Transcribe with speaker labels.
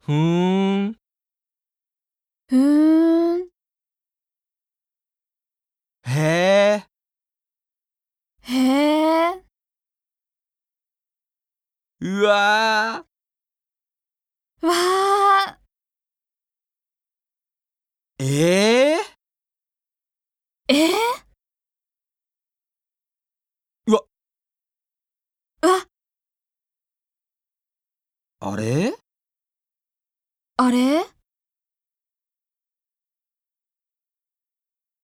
Speaker 1: ふーん。
Speaker 2: ふーん。
Speaker 1: へえ。
Speaker 2: へえ。
Speaker 1: うわ
Speaker 2: わあ。
Speaker 1: ー。ええ
Speaker 2: えー、
Speaker 1: うわ。
Speaker 2: わ、
Speaker 1: あれ
Speaker 2: あれ